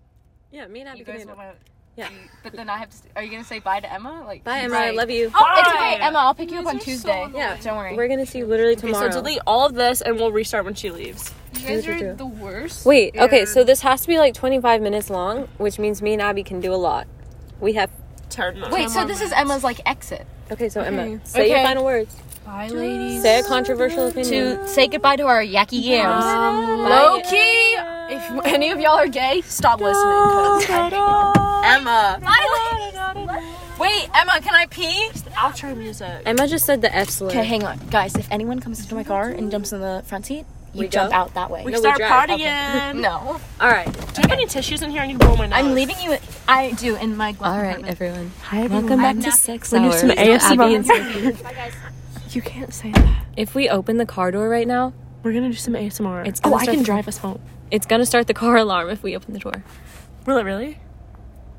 Speaker 3: Yeah, me and Abby
Speaker 1: You
Speaker 3: can
Speaker 1: guys
Speaker 3: handle. it.
Speaker 1: wanna?
Speaker 3: Yeah.
Speaker 1: But then I have to. Are you gonna say bye to Emma? Like
Speaker 3: Bye, Emma. I
Speaker 1: Right.
Speaker 3: love you.
Speaker 1: Oh, it's
Speaker 2: Bye.
Speaker 1: okay, Emma. I'll pick you up
Speaker 2: guys
Speaker 1: on
Speaker 2: are so
Speaker 1: Tuesday.
Speaker 2: annoying.
Speaker 1: yeah, don't worry.
Speaker 3: We're gonna see you literally
Speaker 2: Okay,
Speaker 3: tomorrow.
Speaker 2: so delete all of this and we'll restart when she leaves.
Speaker 7: You
Speaker 3: guys are
Speaker 7: the worst.
Speaker 3: Wait, okay, so this has to be like 25 minutes long, which means me and Abby can do a lot. We have.
Speaker 2: Turn on.
Speaker 1: Wait, so this is Emma's like exit
Speaker 3: Okay, so Emma, say your
Speaker 1: Okay.
Speaker 3: final words.
Speaker 5: Bye, ladies.
Speaker 3: Say a controversial opinion.
Speaker 1: to say goodbye to our yucky yams.
Speaker 5: Um,
Speaker 3: Bye.
Speaker 5: low key. If any of y'all are gay, stop listening. 'cause I hate
Speaker 1: Emma. Wait, Emma, can I pee?
Speaker 2: Outro music.
Speaker 3: Emma just said the F slur.
Speaker 1: Okay, hang on, guys. If anyone comes into my car and jumps in the front seat, you
Speaker 3: We
Speaker 1: jump
Speaker 3: go?
Speaker 1: out that way.
Speaker 2: We
Speaker 3: No, we
Speaker 2: start
Speaker 3: drive.
Speaker 2: partying.
Speaker 1: No,
Speaker 3: All right.
Speaker 2: Do you have any tissues in here? I need to blow my nose.
Speaker 1: I'm leaving you. I do in my glove compartment.
Speaker 3: everyone.
Speaker 1: Hi,
Speaker 3: Welcome back to Sex Hour. with Abby and Sophie.
Speaker 2: You can't say that.
Speaker 3: If we open the car door right now,
Speaker 2: We're gonna do some ASMR.
Speaker 3: It's
Speaker 2: oh,
Speaker 3: gonna
Speaker 2: I
Speaker 3: start-
Speaker 2: can drive us home.
Speaker 3: it's gonna start the car alarm if we open the door.
Speaker 2: Will it really?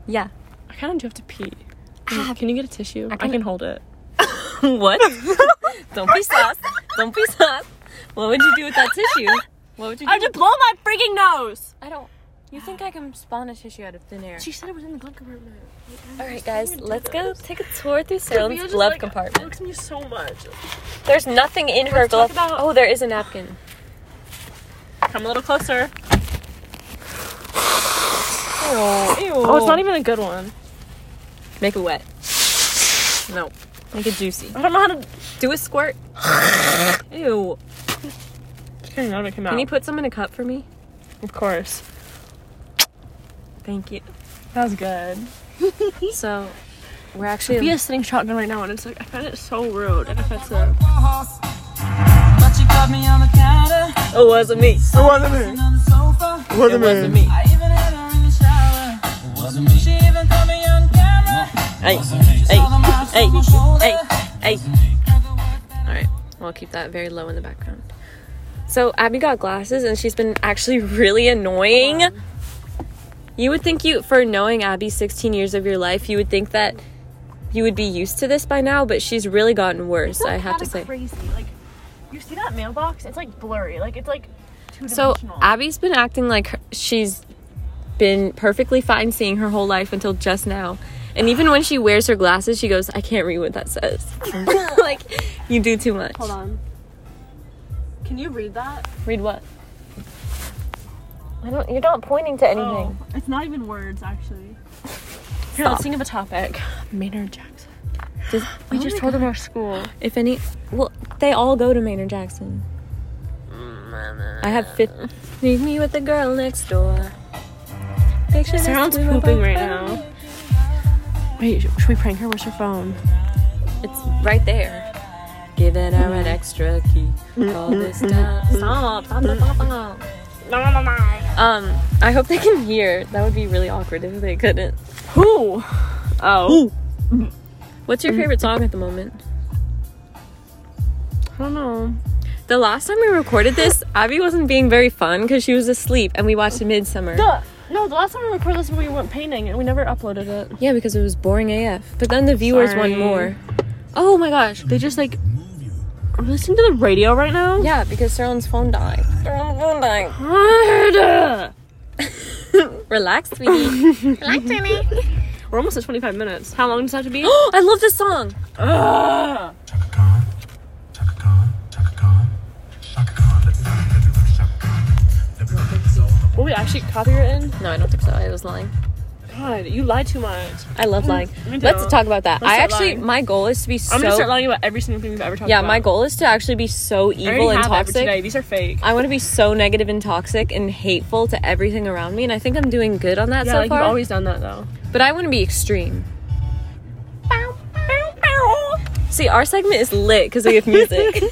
Speaker 3: Yeah.
Speaker 2: I kind of do have to pee. Can you- Can you get a tissue? I, can hold it.
Speaker 3: what? Don't be sus. Don't be sus. What would you do with that tissue? What would you do?
Speaker 2: I have to blow my freaking nose.
Speaker 3: I don't. You think I can spawn a tissue out of thin air?
Speaker 2: She said it was in the glove compartment.
Speaker 3: All right, guys, let's go take a tour through Sarah's glove compartment.
Speaker 2: Looks me so much.
Speaker 3: There's nothing in her
Speaker 2: talk
Speaker 3: glove.
Speaker 2: about-
Speaker 3: Oh, there is a napkin.
Speaker 2: Come a little closer. Oh, it's not even a good one.
Speaker 3: Make it wet.
Speaker 2: No.
Speaker 3: Make it juicy.
Speaker 2: I don't know how to.
Speaker 3: Do a squirt. Ew.
Speaker 2: Can you it came out?
Speaker 3: Can you put some in a cup for me?
Speaker 2: Of course.
Speaker 3: Thank you.
Speaker 2: That was good.
Speaker 3: So, we're actually.
Speaker 2: Be a sitting shotgun right now, and it's like I find it so rude and offensive.
Speaker 8: But you got me on the counter,
Speaker 3: Oh, wasn't me.
Speaker 8: and on the sofa.
Speaker 3: It wasn't me.
Speaker 8: I even had her in the shower. She even caught me on camera.
Speaker 3: Hey,
Speaker 8: Saw the marks on my shoulder.
Speaker 3: hey, hey.
Speaker 8: Heard the word that
Speaker 3: All right, I'll keep that very low in the background. So Abby got glasses, and she's been actually really annoying. You would think you, for knowing Abby 16 years of your life, you would think that you would be used to this by now, but she's really gotten worse. I have to say.
Speaker 2: Crazy. Like, you see that mailbox? It's like blurry. Like it's like two
Speaker 3: So Abby's been acting like her- she's been perfectly fine seeing her whole life until just now. And even when she wears her glasses, she goes, "I can't read what that says." like, you do too much.
Speaker 2: Hold on. Can you read that?
Speaker 3: Read what? I don't. You're not pointing to anything.
Speaker 2: Oh, it's not even words, actually.
Speaker 3: Here, let's think of a topic.
Speaker 2: Maynard Jackson.
Speaker 3: Just-
Speaker 2: we just told him our school.
Speaker 3: If any, well, they all go to Maynard Jackson. I have fifth. Meet me with the girl next door. Picture this
Speaker 2: Sarah's
Speaker 3: blue
Speaker 2: pooping
Speaker 3: above
Speaker 2: right
Speaker 3: her.
Speaker 2: now. Wait, sh- should we prank her? Where's her phone?
Speaker 3: It's right there. Giving her an extra key. All this time. Stop, stop, stop, stop. Um, I hope they can hear. That would be really awkward if they couldn't.
Speaker 2: Who? Oh.
Speaker 3: What's your favorite song at the moment?
Speaker 2: I don't know.
Speaker 3: The last time we recorded this, Abby wasn't being very fun because she was asleep and we watched Midsummer.
Speaker 2: The, no, the last time we recorded this, we went painting and we never uploaded it.
Speaker 3: Yeah, because it was boring AF. But then the viewers
Speaker 2: Sorry.
Speaker 3: won more. Oh my gosh.
Speaker 2: They just like. Are we listening to the radio right now?
Speaker 3: Yeah, because Sterling's phone died. Sterling's phone died.
Speaker 2: God.
Speaker 3: Relax, sweetie.
Speaker 7: Like Timmy.
Speaker 2: We're almost at 25 minutes. How long does that have to be?
Speaker 3: I love this song.
Speaker 2: Ugh.
Speaker 9: Chaka Khan, Chaka Khan, Chaka Khan, Chaka Khan, let me run, let me run, Chaka Khan, let me run, it's all about
Speaker 2: Were we actually copywritten?
Speaker 3: No, I don't think so. I was lying.
Speaker 2: God, you lie too much.
Speaker 3: I love lying.
Speaker 2: Mm, me too.
Speaker 3: Let's talk about that.
Speaker 2: Let's
Speaker 3: I
Speaker 2: start
Speaker 3: actually,
Speaker 2: lying.
Speaker 3: my goal is to be so.
Speaker 2: I'm gonna start lying about every single thing we've ever talked
Speaker 3: yeah,
Speaker 2: about.
Speaker 3: my goal is to actually be so
Speaker 2: I
Speaker 3: evil
Speaker 2: already
Speaker 3: and
Speaker 2: have every
Speaker 3: toxic.
Speaker 2: today. These are fake.
Speaker 3: I want to be so negative and toxic and hateful to everything around me, and I think I'm doing good on that
Speaker 2: yeah,
Speaker 3: so
Speaker 2: like
Speaker 3: far.
Speaker 2: you've always done that though.
Speaker 3: but I want to be extreme. See, our segment is lit because we have music.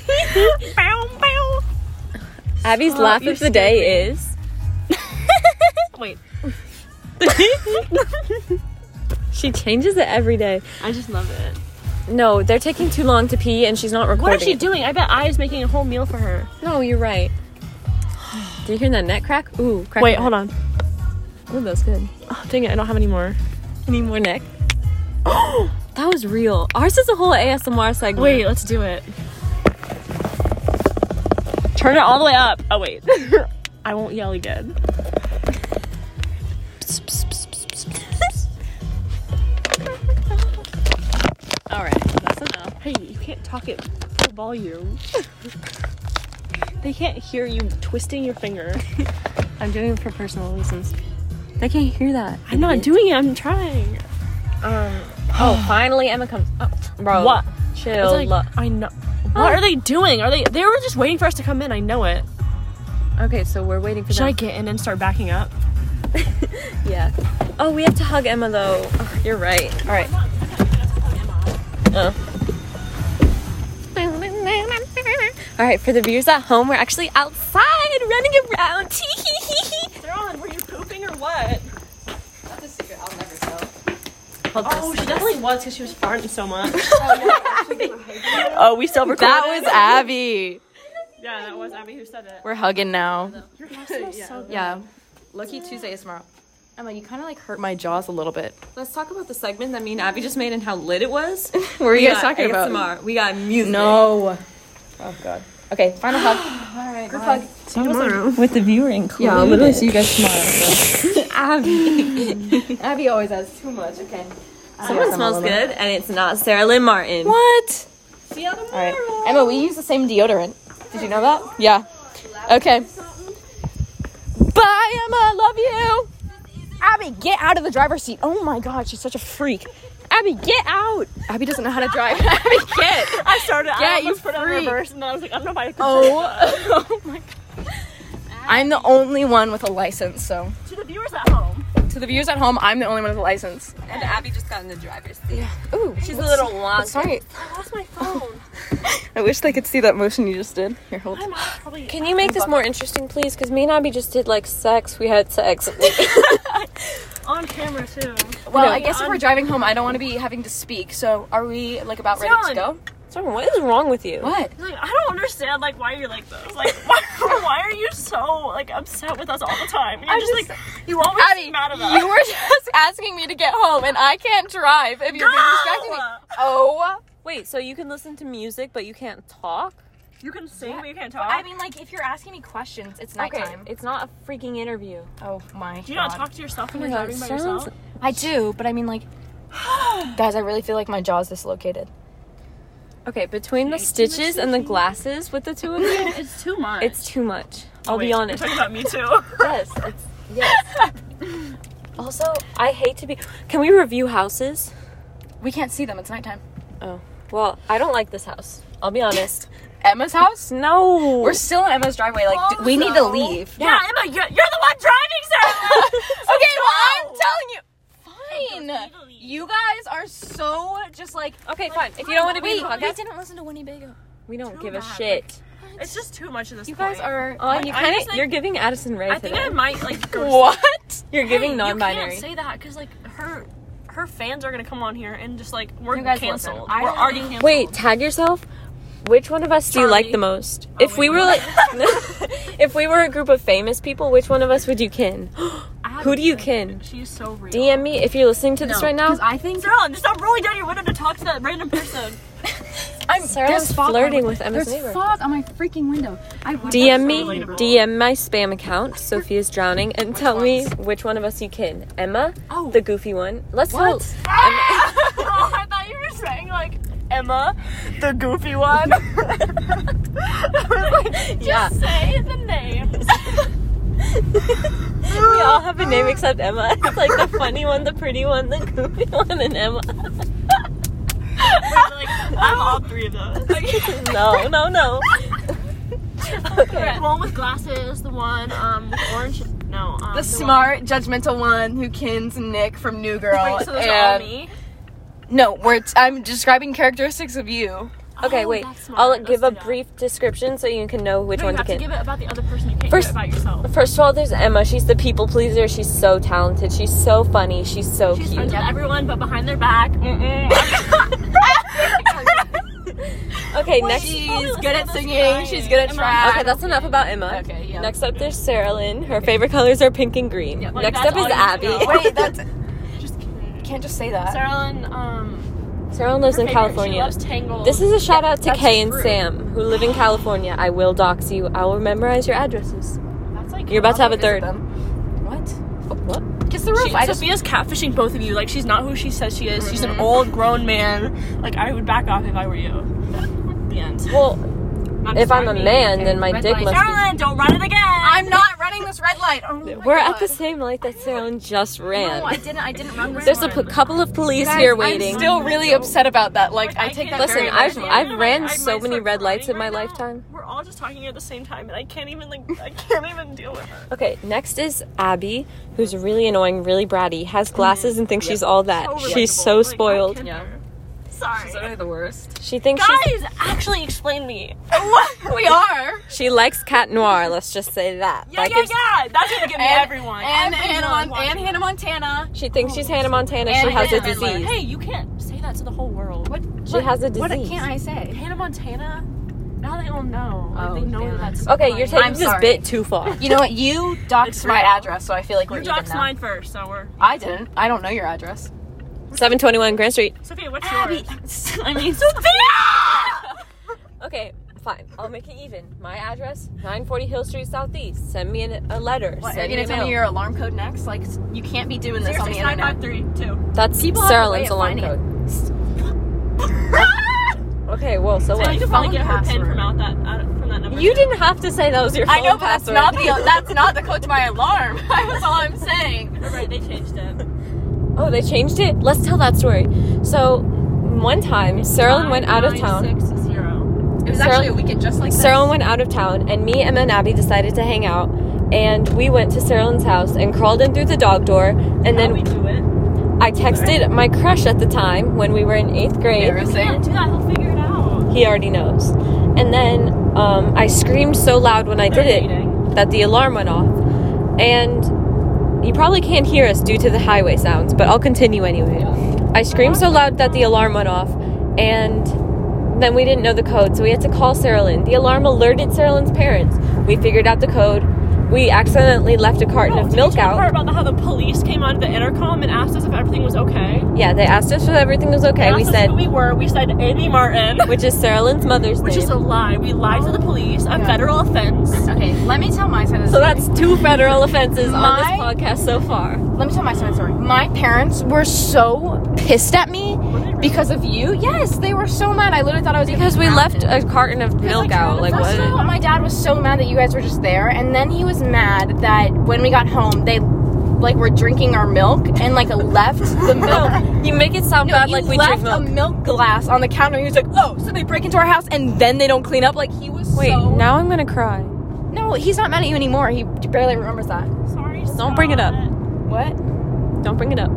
Speaker 3: Abby's
Speaker 2: Stop,
Speaker 3: laugh
Speaker 2: you
Speaker 3: of the day
Speaker 2: scared
Speaker 3: is
Speaker 2: Wait,
Speaker 3: She changes it every day.
Speaker 2: I just love it.
Speaker 3: No, they're taking too long to pee, and she's not recording.
Speaker 2: What is she
Speaker 3: it.
Speaker 2: doing? I bet I is making a whole meal for her.
Speaker 3: No, you're right. Do you hear that net crack? Ooh, crack.
Speaker 2: Wait, hold on.
Speaker 3: Oh, that was good.
Speaker 2: Oh, dang it, I don't have any more.
Speaker 3: Need more neck? that was real. Ours is a whole ASMR segment.
Speaker 2: Wait, let's do it. Turn it all the way up. Oh wait, I won't yell again. all right, that's enough. Hey, you can't talk at full volume. they can't hear you twisting your finger. I'm doing it for personal reasons.
Speaker 3: I can't hear that.
Speaker 2: I'm not doing it. I'm trying.
Speaker 3: Oh, finally Emma comes. Oh, bro,
Speaker 2: What?
Speaker 3: Chill.
Speaker 2: It's like,
Speaker 3: lo-
Speaker 2: Oh. I know. What are they doing? Are they? They were just waiting for us to come in. I know it.
Speaker 3: okay, so we're waiting for
Speaker 2: Should I
Speaker 3: them.
Speaker 2: get in and start backing up?
Speaker 3: yeah. Oh, we have to hug Emma though. Oh, you're right. All right. Oh. All right, for the viewers at home, we're actually outside running around. Tee hee hee hee.
Speaker 2: Dawn, were you pooping or what?
Speaker 3: Hold
Speaker 2: Oh,
Speaker 3: this.
Speaker 2: she definitely was because she was farting so much.
Speaker 3: Oh, we still recorded.
Speaker 1: That was Abby.
Speaker 2: yeah, that was Abby who said it.
Speaker 1: We're hugging now.
Speaker 2: yeah.
Speaker 1: Yeah. Lucky Tuesday is tomorrow. Emma, you kind of like hurt my jaws a little bit.
Speaker 3: Let's talk about the segment that me and Abby just made and how lit it was.
Speaker 1: What were
Speaker 3: We
Speaker 1: you guys
Speaker 3: got
Speaker 1: talking
Speaker 3: ASMR.
Speaker 1: about?
Speaker 3: We got music.
Speaker 1: No. Oh god. Okay, final hug. All right. Group hug.
Speaker 3: With the viewer included.
Speaker 1: Yeah, I'll literally see you guys tomorrow. Abby. Abby always has too much. Okay.
Speaker 3: Someone smells good, and it's not Sarah Lynn Martin.
Speaker 1: What?
Speaker 3: See you
Speaker 1: All right. Emma, we use the same deodorant. Did you know that? Yeah. Okay. Bye, Emma. Love you. Abby, get out of the driver's seat. Oh my god, she's such a freak. Abby, get out. Abby doesn't know how to drive. Abby, get.
Speaker 2: I started.
Speaker 1: Yeah,
Speaker 2: I almost
Speaker 1: you
Speaker 2: put it on
Speaker 1: freak.
Speaker 2: reverse, and I was like, I don't know if I. Could
Speaker 1: Oh. oh my god. I'm the only one with a license, so.
Speaker 2: To the viewers at home.
Speaker 1: To the viewers at home, I'm the only one with a license.
Speaker 3: And Abby just got in the driver's seat.
Speaker 1: Ooh,
Speaker 3: She's a little lost.
Speaker 1: sorry.
Speaker 2: I lost my phone.
Speaker 1: I wish they could see that motion you just did. Here, hold.
Speaker 2: I'm out probably.
Speaker 3: Can you make this more interesting, please? Because me and Abby just did like sex. We had sex.
Speaker 2: on camera too.
Speaker 1: Well,
Speaker 2: No.
Speaker 1: I guess if we're driving home, I don't want to be having to speak. So, are we like about ready to
Speaker 2: Dylan.
Speaker 1: go?
Speaker 3: so what is wrong with you?
Speaker 1: What?
Speaker 2: Like, I don't understand like why you're like this. Like why, why are you so like upset with us all the time? You're
Speaker 1: I
Speaker 2: just,
Speaker 1: just-
Speaker 2: like you always
Speaker 1: Abby,
Speaker 2: seem mad at us.
Speaker 1: you were just asking me to get home, and I can't drive if you're being distracting me. Oh,
Speaker 3: Wait, so you can listen to music, but you can't talk?
Speaker 2: You can sing, but you can't talk.
Speaker 1: I mean, like if you're asking me questions, it's nighttime.
Speaker 3: It's not a freaking interview.
Speaker 1: Oh my
Speaker 2: Do you not talk to yourself
Speaker 1: Oh
Speaker 2: when you're
Speaker 3: God,
Speaker 2: driving by
Speaker 3: sounds-
Speaker 2: yourself?
Speaker 1: I do, but I mean, like, guys, I really feel like my jaw's dislocated.
Speaker 3: Okay, between the stitches and the glasses with the two of you,
Speaker 2: It's too much.
Speaker 3: it's too much. I'll
Speaker 2: Wait,
Speaker 3: be
Speaker 2: you're
Speaker 3: honest.
Speaker 2: Talking about me too.
Speaker 3: Yes, it's yes. also, I hate to be. Can we review houses?
Speaker 1: We can't see them. It's nighttime.
Speaker 3: Oh, well, I don't like this house. I'll be honest.
Speaker 1: Emma's house.
Speaker 3: No,
Speaker 1: We're still in Emma's driveway. Like, d- we need to leave.
Speaker 2: Yeah, Emma, you're, you're the one driving, Sarah.
Speaker 1: okay, well, I'm telling you. Fine.
Speaker 2: Italy.
Speaker 1: You guys are so just like.
Speaker 3: okay, fine. If you don't want to be in the
Speaker 1: Wait, we
Speaker 3: podcast,
Speaker 1: didn't listen to Winnebago.
Speaker 3: we don't give a
Speaker 2: bad.
Speaker 3: shit.
Speaker 2: it's just too much of this.
Speaker 1: You guys
Speaker 2: point.
Speaker 1: are.
Speaker 3: Oh, you
Speaker 2: I
Speaker 3: kind
Speaker 2: just,
Speaker 3: of
Speaker 2: like-
Speaker 3: you're giving Addison Ray
Speaker 2: I think I might like go.
Speaker 1: What?
Speaker 3: You're giving
Speaker 2: You
Speaker 3: non-binary.
Speaker 2: can't say that because like her her fans are gonna come on here and just like we're
Speaker 1: You guys
Speaker 2: canceled.
Speaker 1: listen. I
Speaker 2: We're
Speaker 1: don't-
Speaker 2: already canceled.
Speaker 3: Wait, tag yourself. Which one of us Oh, do you like
Speaker 2: Charlie.
Speaker 3: the most? if we were like, if we were a group of famous people, which one of us would you kin? Who do you kin?
Speaker 2: She's so real.
Speaker 3: DM me if you're listening to this right now.
Speaker 1: I think
Speaker 2: Sarah, just stop rolling down your window to talk to that random person.
Speaker 1: I'm
Speaker 3: Sarah's flirting with Emma's
Speaker 1: There's
Speaker 3: neighbor.
Speaker 1: fog on my freaking window. I would
Speaker 3: DM me,
Speaker 2: relatable.
Speaker 3: DM my spam account, Sophia's drowning, and tell me which one of us you kin. Emma, the goofy one. Let's
Speaker 1: What?
Speaker 3: vote.
Speaker 2: oh, I thought you were saying like Emma, the goofy one. I was like, just
Speaker 1: Yeah.
Speaker 2: say the name.
Speaker 3: We all have a name except Emma. It's like the funny one, the pretty one, the goofy one, and Emma.
Speaker 2: Like, I'm all three of those.
Speaker 3: No, no, no.
Speaker 2: The one with glasses, the one um with orange. No, um,
Speaker 1: the smart, judgmental one who kins Nick from New Girl.
Speaker 2: One. Wait, so those are all
Speaker 1: and
Speaker 2: me.
Speaker 1: no, we're t- I'm describing characteristics of you.
Speaker 3: Okay, wait. I'll give a brief description so you can know which
Speaker 2: No,
Speaker 3: one
Speaker 2: you
Speaker 3: to
Speaker 2: have to
Speaker 3: get.
Speaker 2: give it about the other person. You can't
Speaker 3: First-
Speaker 2: give it about yourself.
Speaker 3: First of all, there's Emma. She's the people pleaser. She's so talented. She's so funny. She's so
Speaker 2: She's
Speaker 3: cute.
Speaker 2: friends with everyone, but behind their back. Mm-mm.
Speaker 3: Okay, next.
Speaker 2: She's good at singing. She's good at track.
Speaker 3: Okay, that's enough about Emma. Okay, yeah. Next up, there's Sarah Lynn. Her favorite colors are pink and green.
Speaker 2: like,
Speaker 3: Next
Speaker 2: that's
Speaker 3: up is
Speaker 2: all you need to
Speaker 3: Abby.
Speaker 1: Wait, that's
Speaker 2: Just kidding.
Speaker 1: can't just say that.
Speaker 2: Sarah Lynn, um,
Speaker 3: Sarah Lynn lives
Speaker 2: her
Speaker 3: in
Speaker 2: favorite- She
Speaker 3: California.
Speaker 2: loves Tangled.
Speaker 3: This is a shout out to
Speaker 2: That's
Speaker 3: Kay and
Speaker 2: rude.
Speaker 3: Sam, who live in California. I will dox you. I will memorize your addresses.
Speaker 2: That's like
Speaker 3: You're about to have a third.
Speaker 1: What?
Speaker 3: what?
Speaker 1: What? Kiss the roof.
Speaker 2: She,
Speaker 1: I just
Speaker 2: Sophia's catfishing both of you. Like she's not who she says she is. She's
Speaker 3: Mm-hmm.
Speaker 2: an old grown man. Like I would back off if I were you. The end.
Speaker 3: Well,
Speaker 2: I'm
Speaker 3: if I'm a
Speaker 2: sorry.
Speaker 3: man, then my dick must be.
Speaker 2: Caroline, don't run it again.
Speaker 1: I'm not running this red light. Oh my
Speaker 3: We're
Speaker 1: God.
Speaker 3: at the same light that Sarah Lynn just ran.
Speaker 1: No, I didn't. I didn't run this.
Speaker 3: There's a p- couple of police here waiting.
Speaker 1: I'm still really upset about that. Like I,
Speaker 2: I
Speaker 1: take that.
Speaker 2: can't-
Speaker 3: Listen,
Speaker 1: very
Speaker 3: I've
Speaker 1: much.
Speaker 3: I've ran
Speaker 2: I might
Speaker 3: so many
Speaker 2: start
Speaker 3: red lights in
Speaker 2: crying
Speaker 3: my
Speaker 2: right now.
Speaker 3: lifetime.
Speaker 2: We're all just talking at the same time, and I can't even like I can't even deal with it.
Speaker 3: Okay, next is Abby, who's really annoying, really bratty,
Speaker 1: Mm.
Speaker 3: has glasses and thinks she's all that. she's so spoiled.
Speaker 2: Yeah. Sorry.
Speaker 3: She thinks she's,
Speaker 2: Guys, actually explain me.
Speaker 1: we are.
Speaker 3: she likes Cat Noir. Let's just say that.
Speaker 2: Yeah,
Speaker 3: Like,
Speaker 2: yeah,
Speaker 3: it's-
Speaker 2: yeah. That's gonna give me
Speaker 1: And-
Speaker 2: everyone.
Speaker 1: And
Speaker 2: Everyone
Speaker 1: Hannah, Mon-
Speaker 2: watching.
Speaker 1: and Hannah Montana.
Speaker 3: She thinks she's Hannah Montana. She
Speaker 1: And
Speaker 3: has a
Speaker 1: Hannah Montana.
Speaker 3: disease.
Speaker 2: Hey, you can't say that to the whole world.
Speaker 1: What?
Speaker 3: She has a
Speaker 1: What
Speaker 3: disease.
Speaker 1: can't I say?
Speaker 2: Hannah Montana. Now they all know. Like,
Speaker 3: Oh,
Speaker 2: they know that that's.
Speaker 3: Okay, you're taking
Speaker 1: I'm
Speaker 3: this
Speaker 1: sorry.
Speaker 3: bit too far.
Speaker 1: You know what? You doxed
Speaker 2: It's
Speaker 1: my
Speaker 2: real.
Speaker 1: address, so I feel like we're
Speaker 2: You
Speaker 1: even
Speaker 2: doxed
Speaker 1: now.
Speaker 2: mine first, so we're.
Speaker 1: I didn't. I don't know your address.
Speaker 3: 721 Grand Street.
Speaker 2: Sophia, what's yours?
Speaker 1: I mean, Sophia.
Speaker 3: Okay, fine. I'll make it even. My address, 940 Hill Street Southeast. Send me an, a letter.
Speaker 1: What, are
Speaker 3: Send
Speaker 1: you
Speaker 3: me
Speaker 1: gonna
Speaker 3: an
Speaker 1: tell me
Speaker 3: email.
Speaker 1: your alarm code next? Like, you can't be doing this on the internet.
Speaker 2: 6953
Speaker 3: That's
Speaker 1: People have
Speaker 3: Sarah
Speaker 1: a way
Speaker 3: Lynn's
Speaker 1: of
Speaker 3: alarm
Speaker 1: finding
Speaker 3: code. Okay, well, so
Speaker 2: So you
Speaker 3: what?
Speaker 2: can probably
Speaker 1: phone
Speaker 2: get her pin
Speaker 1: password.
Speaker 2: from out that out of- from that number.
Speaker 3: You didn't have to say that was your phone
Speaker 1: I know, but that's
Speaker 3: password.
Speaker 1: not the that's not the code to my alarm. That's all I'm saying.
Speaker 2: You're right, they changed it.
Speaker 3: Oh, they changed it? Let's tell that story. So, one time, Sarah Lynn went out of town.
Speaker 2: 960.
Speaker 1: It was
Speaker 3: Sarah-
Speaker 1: actually a weekend just like
Speaker 3: Sarah
Speaker 1: this.
Speaker 3: went out of town, and me, Emma, and Abby decided to hang out. And we went to Sarah Lynn's house and crawled in through the dog door. And
Speaker 2: How
Speaker 3: then
Speaker 2: we do it.
Speaker 3: I texted my crush at the time when we were in eighth grade.
Speaker 2: Yeah,
Speaker 1: Embarrassing.
Speaker 2: do that. He'll figure it out.
Speaker 3: He already knows. And then um, I screamed so loud when I did
Speaker 2: They're
Speaker 3: it
Speaker 2: dating.
Speaker 3: that the alarm went off. And you probably can't hear us due to the highway sounds, but I'll continue anyway. I screamed so loud that the alarm went off, and then we didn't know the code, so we had to call Sarah Lynn. The alarm alerted Sarah Lynn's parents. We figured out the code. We accidentally left a carton
Speaker 2: Oh, did
Speaker 3: of
Speaker 2: you
Speaker 3: milk
Speaker 2: tell the part
Speaker 3: out.
Speaker 2: about how the police came onto the intercom and asked us if everything was okay.
Speaker 3: Yeah, they asked us if everything was
Speaker 2: They
Speaker 3: okay.
Speaker 2: asked
Speaker 3: We
Speaker 2: us
Speaker 3: said,
Speaker 2: who we were. We said Amy Martin,
Speaker 3: which is Sarah Lynn's mother's
Speaker 2: which
Speaker 3: name.
Speaker 2: is a lie. We lied to the police. A federal offense.
Speaker 1: Okay, let me tell my side of the
Speaker 3: so
Speaker 1: story.
Speaker 3: that's two federal offenses
Speaker 1: My-
Speaker 3: on this podcast so far.
Speaker 1: let me tell my side of the story. My parents were so pissed at me because of you. Yes, they were so mad. I literally thought I was
Speaker 3: Because we left a carton of milk out. Like
Speaker 1: First of
Speaker 3: what?
Speaker 1: all, my dad was so mad that you guys were just there, and then he was mad that when we got home, they like were drinking our milk and like left the milk
Speaker 3: No, you make it sound bad
Speaker 1: he
Speaker 3: like we
Speaker 1: left
Speaker 3: drink milk.
Speaker 1: a milk glass on the counter. He was like, "Oh, so they break into our house and then they don't clean up." Like he was
Speaker 3: Wait,
Speaker 1: so.
Speaker 3: now I'm gonna cry.
Speaker 1: No, he's not mad at you anymore. He barely remembers that.
Speaker 2: Sorry.
Speaker 3: Don't bring it up.
Speaker 1: What?
Speaker 3: Don't bring it up.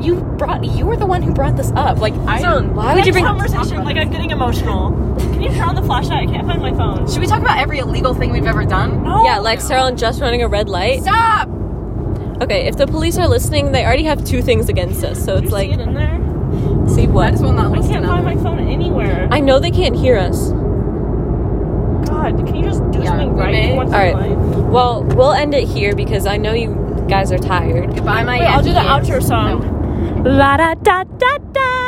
Speaker 1: You brought. You were the one who brought this up. Like I.
Speaker 3: Why would you bring?
Speaker 2: conversation? Like I'm getting emotional. Can you turn on the flashlight? I can't find my phone.
Speaker 1: Should we talk about every illegal thing we've ever done?
Speaker 2: Oh, No.
Speaker 3: Yeah, like Sarah and just running a red light.
Speaker 1: Stop.
Speaker 3: Okay, if the police are listening, they already have two things against us. So it's
Speaker 2: you
Speaker 3: like,
Speaker 2: see it in there.
Speaker 3: see
Speaker 1: I
Speaker 3: what?
Speaker 1: just will not
Speaker 2: I
Speaker 1: listen
Speaker 2: can't
Speaker 1: up.
Speaker 2: find my phone anywhere.
Speaker 3: I know they can't hear us.
Speaker 2: God, can you just do
Speaker 1: Yeah,
Speaker 2: something
Speaker 1: we
Speaker 2: right
Speaker 1: may-
Speaker 2: once
Speaker 3: All right.
Speaker 2: in life?
Speaker 3: Well, we'll end it here because I know you guys are tired.
Speaker 1: Goodbye, my.
Speaker 2: Wait, I'll do the
Speaker 1: FBAs.
Speaker 2: outro song.
Speaker 3: La da da da da.